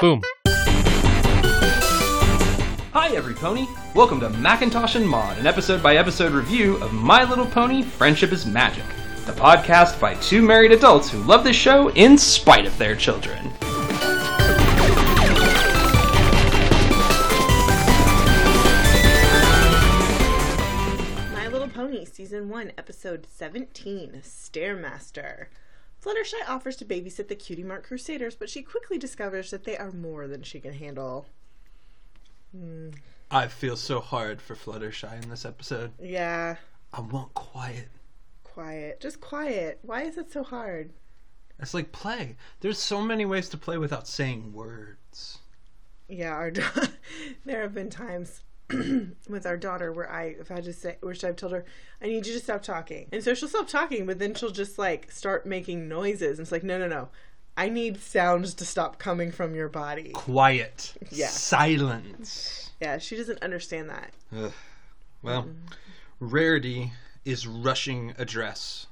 Boom. Hi, everypony! Welcome to Macintosh and Mod, an episode by episode review of My Little Pony Friendship is Magic, the podcast by two married adults who love this show in spite of their children. My Little Pony, Season 1, Episode 17 Stairmaster. Fluttershy offers to babysit the Cutie Mark Crusaders, but she quickly discovers that they are more than she can handle. I feel so hard for Fluttershy in this episode. Yeah, I want quiet. quiet. Just quiet. Why is it so hard? It's like play. There's so many ways to play without saying words. Yeah, our da- there have been times with our daughter where I have had to say, where I've told her, I need you to stop talking. And so she'll stop talking, but then she'll just like start making noises. And it's like, no, no, no. I need sounds to stop coming from your body. Quiet. Yeah. Silence. Yeah, she doesn't understand that. Well, Rarity is rushing a dress.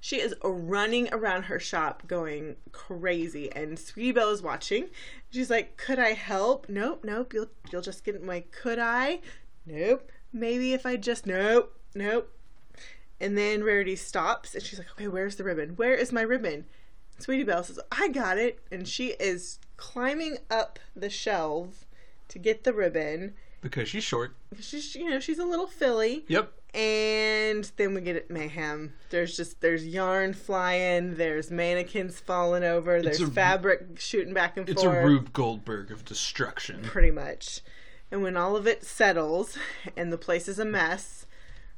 She is running around her shop going crazy and Sweebel is watching. She's like, Could I help? Nope, nope, you'll you'll just get in my could I? Nope. Maybe if I just nope, nope. And then Rarity stops and she's like, Okay, where's the ribbon? Where is my ribbon? Sweetie Belle says, I got it and she is climbing up the shelf to get the ribbon. Because she's short. She's you know, she's a little filly. Yep. And then we get mayhem. There's just there's yarn flying. There's mannequins falling over. There's a- fabric shooting back and It's forth. a Rube Goldberg of destruction. Pretty much. And when all of it settles and the place is a mess,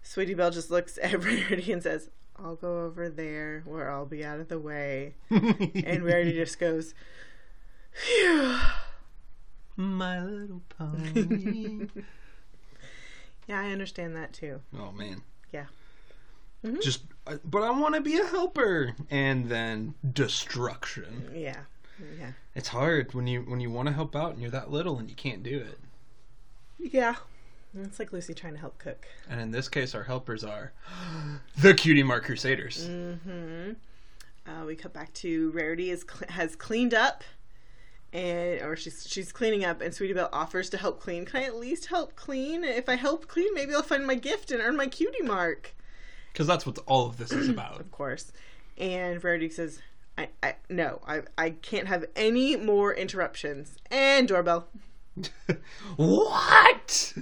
Sweetie Belle just looks at Rarity and says, "I'll go over there where I'll be out of the way." and Rarity just goes, "Phew." My little pony. Yeah, I understand that too. oh, man. Yeah. Just, uh, but I want to be a helper. And then destruction. Yeah. Yeah. It's hard when you when you want to help out and you're that little and you can't do it. Yeah. It's like Lucy trying to help cook. And in this case, our helpers are the Cutie Mark Crusaders. Uh, we cut back to Rarity is cl- has cleaned up, and or she's she's cleaning up, and Sweetie Belle offers to help clean. Can I at least help clean? If I help clean, maybe I'll find my gift and earn my cutie mark. Because that's what all of this is about. Of course, and Rarity says, "I, I no, I I can't have any more interruptions." And doorbell. what?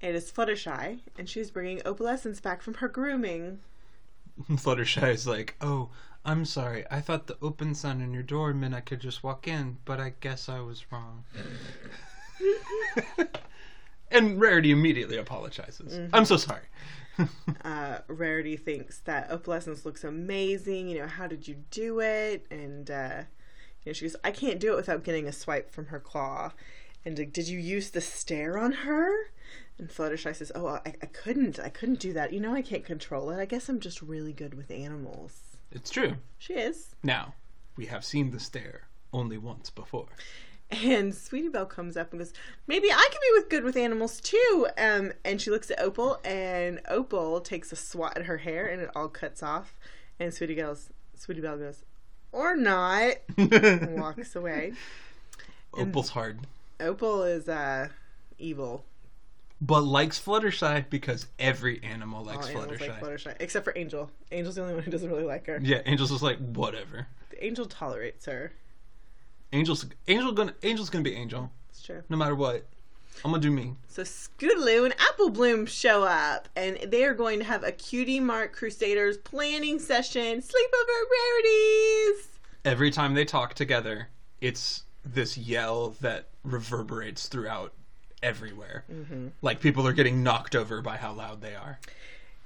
It is Fluttershy, and she's bringing opalescence back from her grooming. Fluttershy is like, oh, I'm sorry. I thought the open sign on your door meant I could just walk in, but I guess I was wrong. and Rarity immediately apologizes. Mm-hmm. I'm so sorry. uh, Rarity thinks that Opalescence looks amazing. You know, how did you do it? And uh, you know, she goes, I can't do it without getting a swipe from her claw. And like, did you use the stare on her? And Fluttershy says, Oh, I, I couldn't. I couldn't do that. You know, I can't control it. I guess I'm just really good with animals. It's true. She is. Now, we have seen the stare only once before. And Sweetie Belle comes up and goes, Maybe I can be with good with animals too. Um, and she looks at Opal, and Opal takes a swat at her hair, and it all cuts off. And Sweetie Girl's, Sweetie Belle goes, or not, and walks away. Opal's hard, Opal is uh, evil. but likes Fluttershy because every animal All likes Oh, animals Fluttershy. like Fluttershy, except for Angel. Angel's the only one who doesn't really like her. Yeah, Angel's just like whatever. Angel tolerates her. Angel's Angel gonna Angel's gonna be Angel It's true. no matter what. I'm gonna do me. So Scootaloo and Apple Bloom show up, and they are going to have a Cutie Mark Crusaders planning session, sleepover rarities. Every time they talk together, it's this yell that reverberates throughout everywhere. Mm-hmm. Like people are getting knocked over by how loud they are.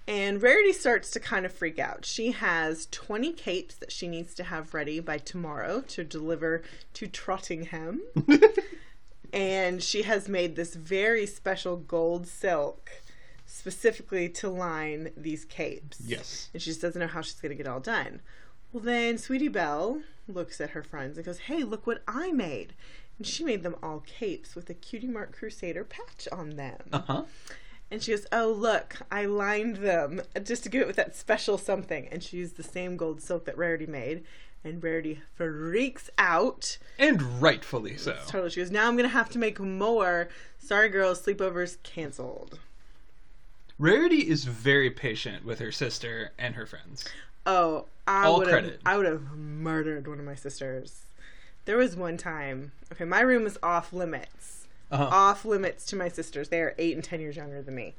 And Rarity starts to kind of freak out. She has 20 capes that she needs to have ready by tomorrow to deliver to Trottingham. and she has made this very special gold silk specifically to line these capes. Yes. And she just doesn't know how she's going to get it all done. Well, then Sweetie Belle looks at her friends and goes, Hey, look what I made. And she made them all capes with a Cutie Mark Crusader patch on them. Uh huh. And she goes, Oh, look, I lined them just to get it with that special something. And she used the same gold silk that Rarity made. And Rarity freaks out. And rightfully so. Totally. She goes, Now I'm going to have to make more. Sorry, girls, sleepovers canceled. Rarity is very patient with her sister and her friends. Oh, I All would have credit. I would have murdered one of my sisters. There was one time. Okay, my room is off limits. Uh-huh. Off limits to my sisters. They are 8 and 10 years younger than me.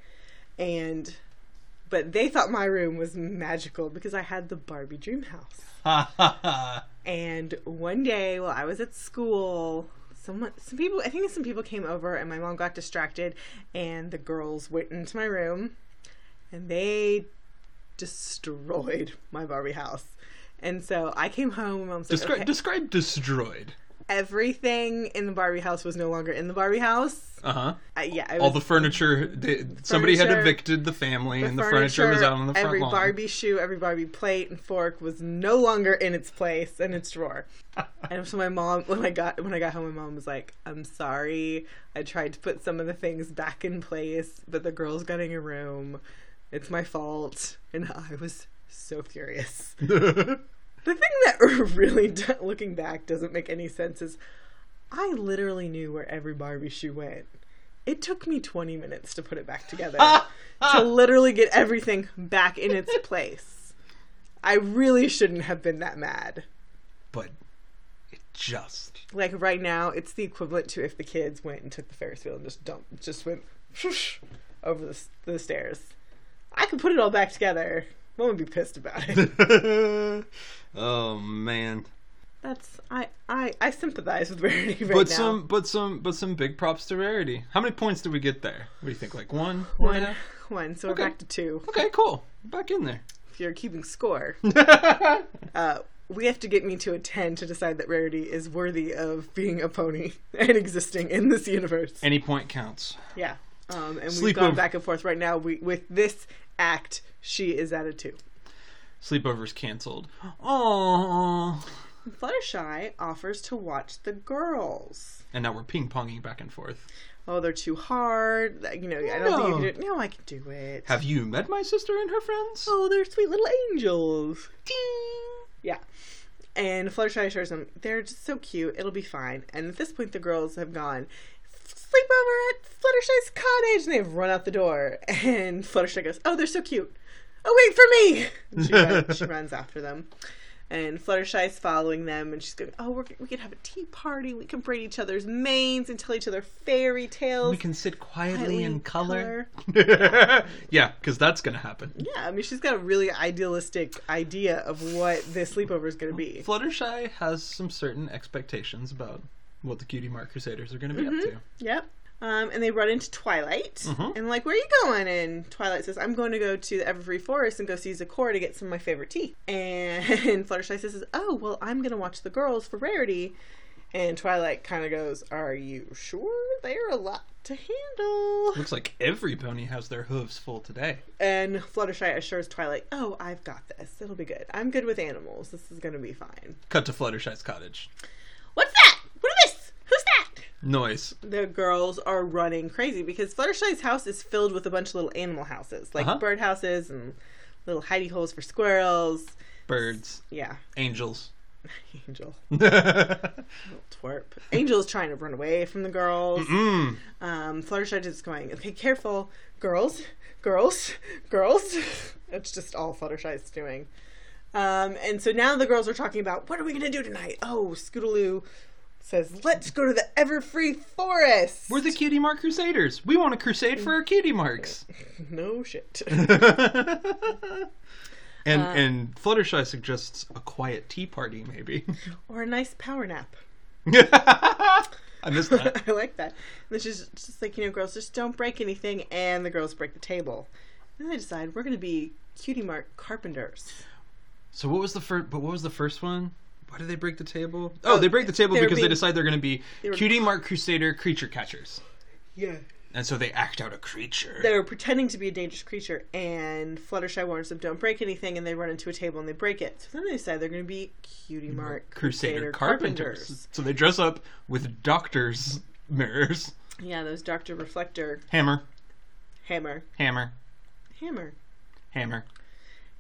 And but they thought my room was magical because I had the Barbie dream house. Ha ha ha. And one day while I was at school, someone some people I think some people came over and my mom got distracted and the girls went into my room and they destroyed my Barbie house. And so I came home and mom's like, Descri- okay, Describe destroyed. everything in the Barbie house was no longer in the Barbie house. Uh huh. I, yeah, I was, All the furniture. They, somebody had furniture- evicted the family, and the furniture, was out on the front every lawn. Barbie shoe, every Barbie plate and fork was no longer in its place in its drawer. and so my mom, when I got when I got home, my mom was like, "I'm sorry, I tried to put some of the things back in place, but the girls got in your room. It's my fault." And I was so furious. The thing that really, do- looking back, doesn't make any sense is I literally knew where every Barbie shoe went. It took me 20 minutes to put it back together, to literally get everything back in its place. I really shouldn't have been that mad. but it just. Like right now, it's the equivalent to if the kids went and took the Ferris wheel and just dumped, just went whoosh, over the, s- the stairs. I could put it all back together. Mom would be pissed about it. oh man. That's I I I sympathize with Rarity right But now. some, but some, but some big props to Rarity. How many points did we get there? What do you think? Like one, one. and a One, half? one. So Okay. we're back to two. Okay, cool. Back in there. If you're keeping score, uh, we have to get me to a ten to decide that Rarity is worthy of being a pony and existing in this universe. Any point counts. yeah. Um, and we've Sleepover. gone back and forth. Right now, we with this act, she is at a two. Sleepovers canceled. Oh. Fluttershy offers to watch the girls. And now we're ping ponging back and forth. Oh, they're too hard. You know, I don't think you No. can do it. No, I can do it. Have you met my sister and her friends? oh, they're sweet little angels. Yeah. And Fluttershy assures them they're just so cute. It'll be fine. And at this point, the girls have gone sleepover at Fluttershy's cottage, and they've run out the door. And Fluttershy goes, "Oh, they're so cute. Oh, wait for me!" And she, run, she runs after them. And Fluttershy's following them, and she's going, "Oh, we're, we could have a tea party. We can braid each other's manes and tell each other fairy tales." We can sit quietly Quietly in color. color. yeah, because that's going to happen. Yeah, I mean, she's got a really idealistic idea of what this sleepover is going to be. Fluttershy has some certain expectations about what the Cutie Mark Crusaders are going to be Mm-hmm. up to. Yep. Um, and they run into Twilight and like, where are you going? And Twilight says, I'm going to go to the Everfree Forest and go see Zakor to get some of my favorite tea. And Fluttershy says, Oh, well, I'm going to watch the girls for Rarity. And Twilight kind of goes, Are you sure they're a lot to handle? Looks like every pony has their hooves full today. And Fluttershy assures Twilight, Oh, I've got this. It'll be good. I'm good with animals. This is going to be fine. Cut to Fluttershy's cottage. What's that? What is this? Who's that? Noise. the girls are running crazy because Fluttershy's house is filled with a bunch of little animal houses, like Uh-huh. bird houses and little hidey holes for squirrels. Birds. Yeah, Angels. Hmm. Angel, mm. twerp. Angel's trying to run away from the girls. Um, Fluttershy is going, okay, careful, girls, girls, girls. It's just all Fluttershy's doing. Um, and so now the girls are talking about what are we gonna do tonight? Oh, Scootaloo says, let's go to the Everfree Forest. We're the Cutie Mark Crusaders. We want a crusade for our cutie marks. no shit. and Uh. and Fluttershy suggests a quiet tea party, maybe. or a nice power nap. I missed that. I like that. And it's just, it's just like, you know, girls just don't break anything, and the girls break the table. And they decide we're going to be cutie mark carpenters. So what was the first? But what was the first one? Why did they break the table? Oh, they break the table they were because they being- decide they're going to be were- cutie mark crusader creature catchers, Yeah. and so they act out a creature. They're pretending to be a dangerous creature, and Fluttershy warns them don't break anything, and they run into a table and they break it. So then they decide they're going to be cutie mark Mm-hmm. crusader carpenters. So they dress up with doctors' mirrors, Yeah, those Dr. Reflector hammer, Hammer. Hammer. Hammer. Hammer.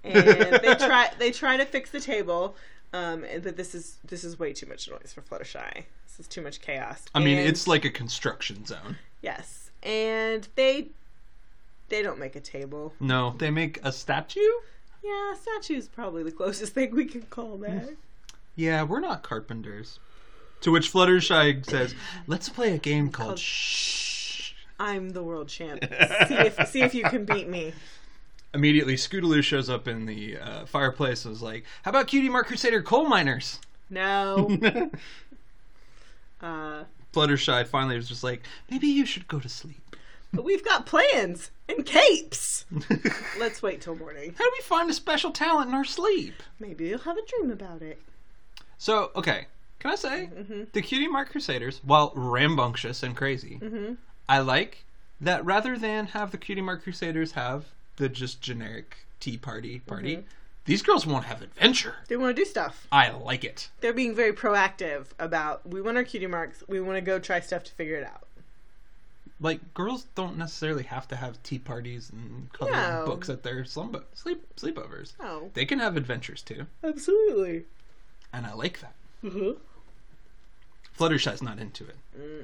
And they try they try to fix the table. Um, and- but this is this is way too much noise for Fluttershy. This is too much chaos. I mean, And- it's like a construction zone. yes, and they they don't make a table. No, they make a statue? Yeah, statue is probably the closest thing we can call that. Yeah, we're not carpenters. To which Fluttershy says, "Let's play a game called Shh." I'm the world champ. See if see if you can beat me. Immediately, Scootaloo shows up in the uh, fireplace and is like, "How about Cutie Mark Crusader coal miners?" No. Uh, Fluttershy finally was just like, "Maybe you should go to sleep." but we've got plans and capes. How do Let's wait till morning. we find a special talent in our sleep? Maybe you'll have a dream about it. So, okay, can I say Mm-hmm. the Cutie Mark Crusaders, while rambunctious and crazy, Mm-hmm. I like that rather than have the Cutie Mark Crusaders have the just generic tea party party, Mm-hmm. these girls want to have adventure. They want to do stuff. I like it. They're being very proactive about we want our cutie marks. We want to go try stuff to figure it out. Like girls don't necessarily have to have tea parties and coloring No. books at their slumber sleep sleepovers. Oh, They can have adventures too, absolutely. and I like that. hmm Fluttershy's not into it,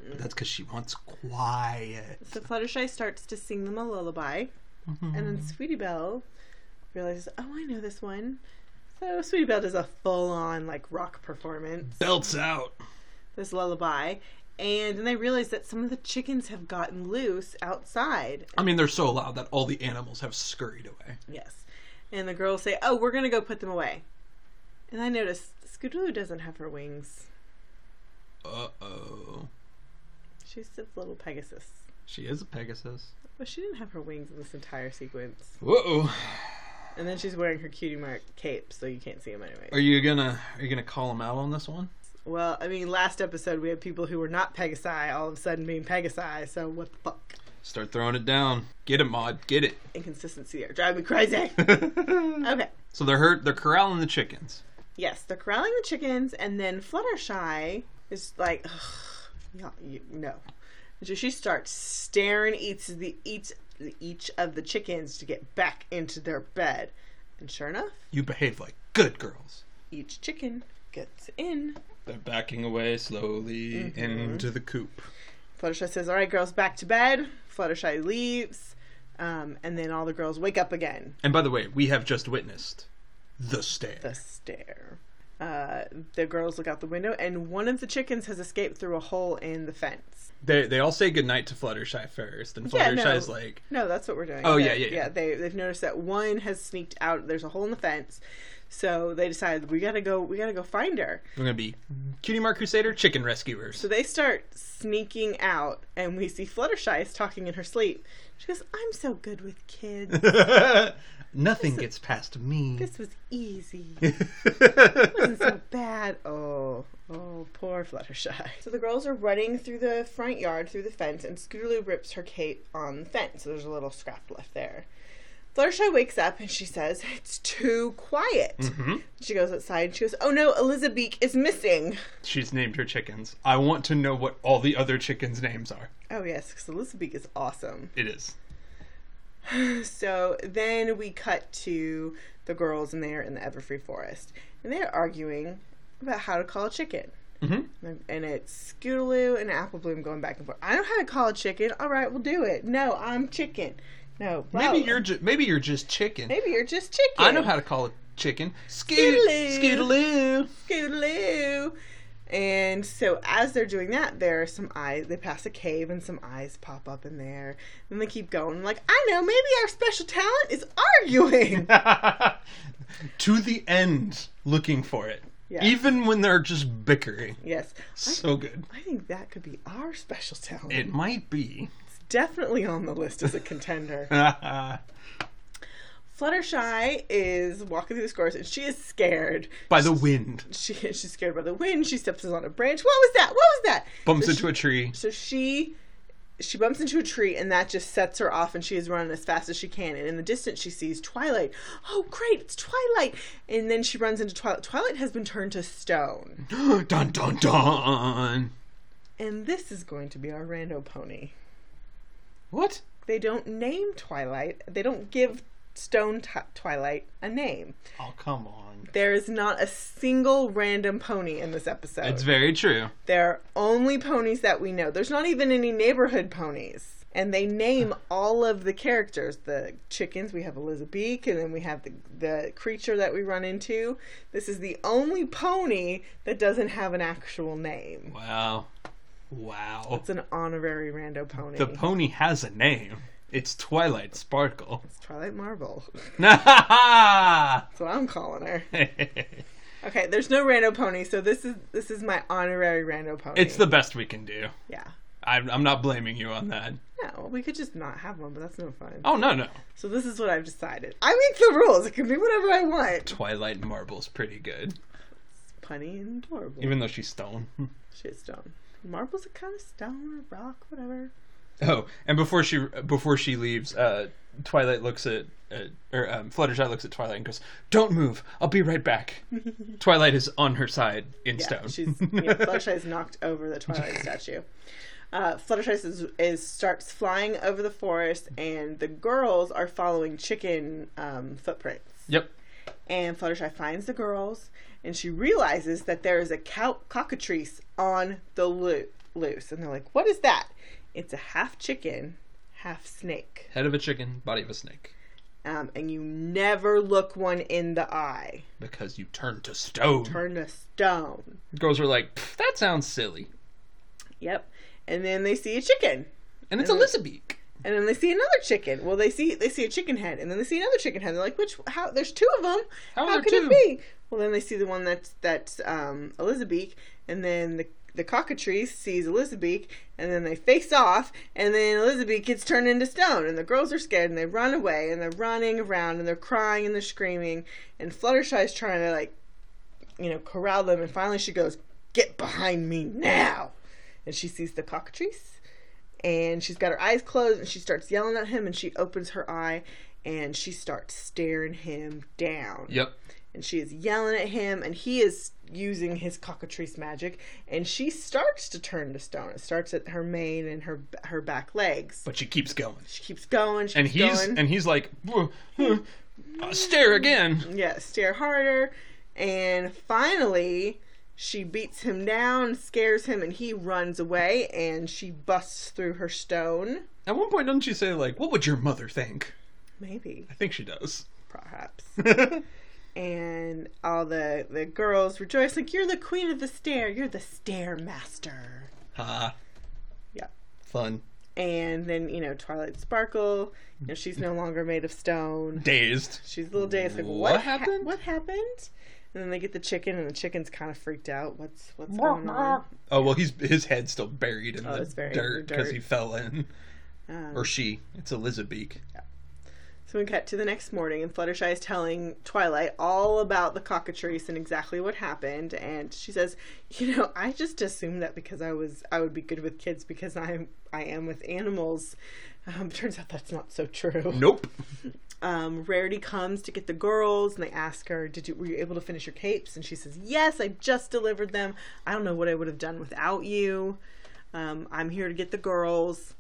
but that's because she wants quiet. So Fluttershy starts to sing them a lullaby, and then Sweetie Belle realizes, oh, I know this one. So Sweetie Belle does a full-on like rock performance. Belts out. this lullaby and then they realize that some of the chickens have gotten loose outside I mean, they're so loud that all the animals have scurried away. yes and the girls say oh we're gonna go put them away and i notice scootaloo doesn't have her wings Uh oh. she's just a little pegasus She is a Pegasus. but she didn't have her wings in this entire sequence Whoa. and then she's wearing her cutie mark cape so you can't see them anyway Are you gonna are you gonna call him out on this one? well i mean last episode we had people who were not pegasi all of a sudden being pegasi so what the fuck Start throwing it down. Get it, Maud. Get it. inconsistency there drive me crazy okay so they're hurt. They're corralling the chickens. Yes, they're corralling the chickens, and then Fluttershy is like, "Ugh, yeah, you, no. And so she starts staring each of the each each of the chickens to get back into their bed, and sure enough, You behave like good girls. each chicken gets in. They're backing away slowly into the coop. Fluttershy says, "All right, girls, back to bed." Fluttershy leaves, um, and then all the girls wake up again. And by the way, we have just witnessed the stare. The stare. Uh, the girls look out the window, and one of the chickens has escaped through a hole in the fence. They they all say goodnight to Fluttershy first, and Yeah, no. Fluttershy's like, No, that's what we're doing. Oh, They- yeah, yeah, yeah. they they've noticed that one has sneaked out. There's a hole in the fence, so they decided we gotta go. We gotta go find her. "We're gonna be cutie mark crusader chicken rescuers." So they start sneaking out, and we see Fluttershy is talking in her sleep. She goes, "I'm so good with kids. Nothing gets past me. this was easy. It wasn't so bad." Oh, oh, poor Fluttershy. So the girls are running through the front yard, through the fence, and Scootaloo rips her cape on the fence. So there's a little scrap left there. Fluttershy wakes up and she says, It's too quiet. She goes outside and she goes, Oh no, Elizabeth is missing. She's named her chickens. I want to know what all the other chickens' names are. Oh yes, because Elizabeth is awesome. It is. So then we cut to the girls and they're in the Everfree Forest. And they're arguing about how to call a chicken. Mhm. And it's Scootaloo and Apple Bloom going back and forth. I know how to call a chicken. All right, we'll do it. No, I'm chicken. No, Maybe well, you're ju- maybe you're just chicken. maybe you're just chicken. I know how to call a chicken. Scoot- Scootaloo. Scootaloo. Scootaloo. And so as they're doing that, there are some eyes. They pass a cave, and some eyes pop up in there. And they keep going. Like I know, maybe our special talent is arguing. to the end, looking for it. Yeah. Even when they're just bickering. yes, So good. I think that could be our special talent. It might be. It's definitely on the list as a contender. By Fluttershy is walking through this forest, and she is scared. the wind. She she's scared by the wind. She steps on a branch. What was that? What was that? Bumps So into a tree. So she she bumps into a tree and that just sets her off and she is running as fast as she can and in the distance she sees Twilight. Oh great, it's Twilight. And then she runs into Twilight. Twilight has been turned to stone. dun dun dun. And this is going to be our rando pony. What? They don't name Twilight. They don't give Stone T- Twilight a name. Oh, come on. There is not a single random pony in this episode. It's very true. They're only ponies that we know. There's not even any neighborhood ponies. And they name all of the characters. The chickens, we have Elizabeth, and then we have the, the creature that we run into. This is the only pony that doesn't have an actual name. Wow. Wow. It's an honorary rando pony. The pony has a name. It's Twilight Sparkle. it's Twilight Marvel. That's That's what I'm calling her. Okay, there's no rando pony, so this is this is my honorary rando pony. It's the best we can do. yeah. I'm, I'm not blaming you on that. No, we could just not have one, but that's no fun. Oh, no, no. So this is what I've decided. I make the rules. It can be whatever I want. Twilight Marble's pretty good. Punny and adorable. Even though she's stone. Shit's stone. Marble's a kind of stone or rock, whatever. Oh, and before she before she leaves, uh, Twilight looks at uh, or um, Fluttershy looks at Twilight and goes, "Don't move. I'll be right back." Twilight is on her side in Yeah, stone. she's yeah, Fluttershy's knocked over the Twilight statue. Uh, Fluttershy is, is starts flying over the forest, and the girls are following chicken um, footprints. yep. and Fluttershy finds the girls, and she realizes that there is a cow- cockatrice on the loo- loose, and they're like, "What is that?" It's a half chicken, half snake, Head of a chicken, body of a snake, um, and you never look one in the eye. because you turn to stone. Turn to stone. Girls are like, "Pff, "That sounds silly," Yep. And then they see a chicken, and it's Elizabeth. and then they see another chicken. Well, they see they see a chicken head, and then they see another chicken head. They're like, "Which? How? There's two of them. How are How there could two?" it be?" Well, then they see the one that's that's um, Elizabeth, and then the the cockatrice sees Elizabeth, and then they face off, and then Elizabeth gets turned into stone, and the girls are scared, and they run away, and they're running around, and they're crying, and they're screaming, and Fluttershy's trying to like, you know, corral them, and finally she goes, "Get behind me now!" and she sees the cockatrice and she's got her eyes closed and she starts yelling at him and she opens her eye and she starts staring him down Yep. and she is yelling at him and he is using his cockatrice magic and she starts to turn to stone it starts at her mane and her her back legs But she keeps going, she keeps going she and keeps he's going. and he's like, "Whoa, huh, uh, "Stare again." yeah stare harder and finally she beats him down scares him and he runs away and she busts through her stone At one point, doesn't she say like, "What would your mother think?" maybe I think she does. perhaps and all the the girls rejoice like you're the queen of the stair you're the stair master Ah, yeah fun and then you know twilight sparkle you know she's no longer made of stone dazed. she's a little dazed like What what, ha- happened?" what happened and then they get the chicken and the chicken's kind of freaked out what's what's going on Oh well, he's his head's still buried in the it's buried in dirt the because dirt. he fell in, Um, or she. It's Elizabeth. So we cut to the next morning, and Fluttershy is telling Twilight all about the cockatrice and exactly what happened. And she says, "You know, I just assumed that because I was I would be good with kids because I'm I am with animals. Um, turns out that's not so true." Nope. Um, Rarity comes to get the girls, and they ask her, "Did you were you able to finish your capes?" And she says, "Yes, I just delivered them. I don't know what I would have done without you. Um, I'm here to get the girls."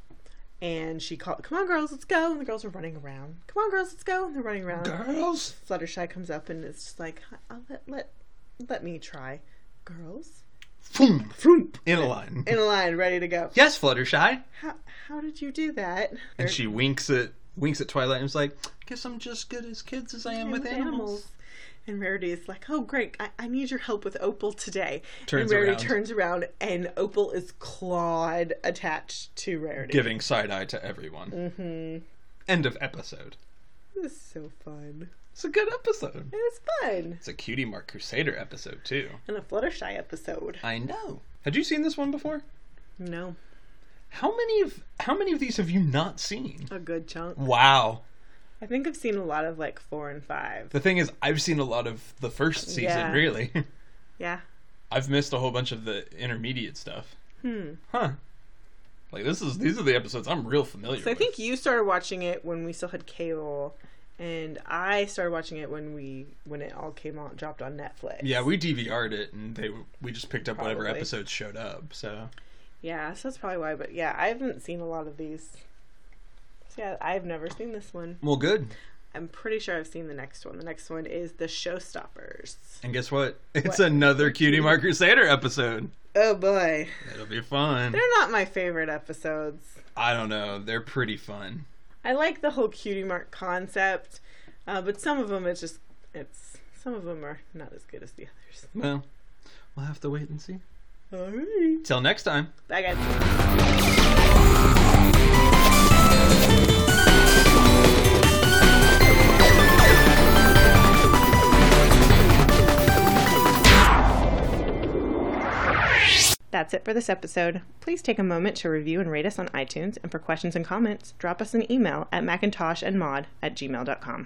And she called, "Come on, girls, let's go!" And the girls are running around. "Come on, girls, let's go!" And they're running around. Girls. Fluttershy comes up and is just like, "Hi- I'll "Let let let me try." Girls Boom. Vroom. In a line. in a line, ready to go. yes, Fluttershy. How how did you do that? And she winks at winks at Twilight and is like, "Guess I'm just good as kids as I am with animals." And Rarity is like, "Oh, great! I, I need your help with Opal today." Turns and Rarity around. turns around, and Opal is clawed attached to Rarity. Giving side eye to everyone. Mm. Mm-hmm. End of episode. This is so fun. It's a good episode. It was fun It's a Cutie Mark Crusader episode too. and a Fluttershy episode. I know. Had you seen this one before? No, How many of how many of these have you not seen? a good chunk. Wow. I think I've seen a lot of like four and five. The thing is, I've seen a lot of the first season. Yeah. Really, Yeah, I've missed a whole bunch of the intermediate stuff. Hmm. Huh. Like this is these are the episodes I'm real familiar. So I with. think you started watching it when we still had cable, and I started watching it when we when it all came out dropped on Netflix. Yeah, we DVR'd it, and they we just picked up whatever Probably. episodes showed up. So yeah. So that's probably why. But yeah, I haven't seen a lot of these. Yeah, I've never seen this one. Well, good. I'm pretty sure I've seen the next one. The next one is The Showstoppers. And guess what? It's What? another Cutie Mark Crusader episode. Oh boy. It'll be fun. They're not my favorite episodes. I don't know. They're pretty fun. I like the whole cutie mark concept, uh, but some of them it's just it's some of them are not as good as the others. Well, we'll have to wait and see. Alrighty. Till next time. Bye guys. That's it for this episode. Please take a moment to review and rate us on iTunes, and for questions and comments, drop us an email at macintoshandmod at gmail.com.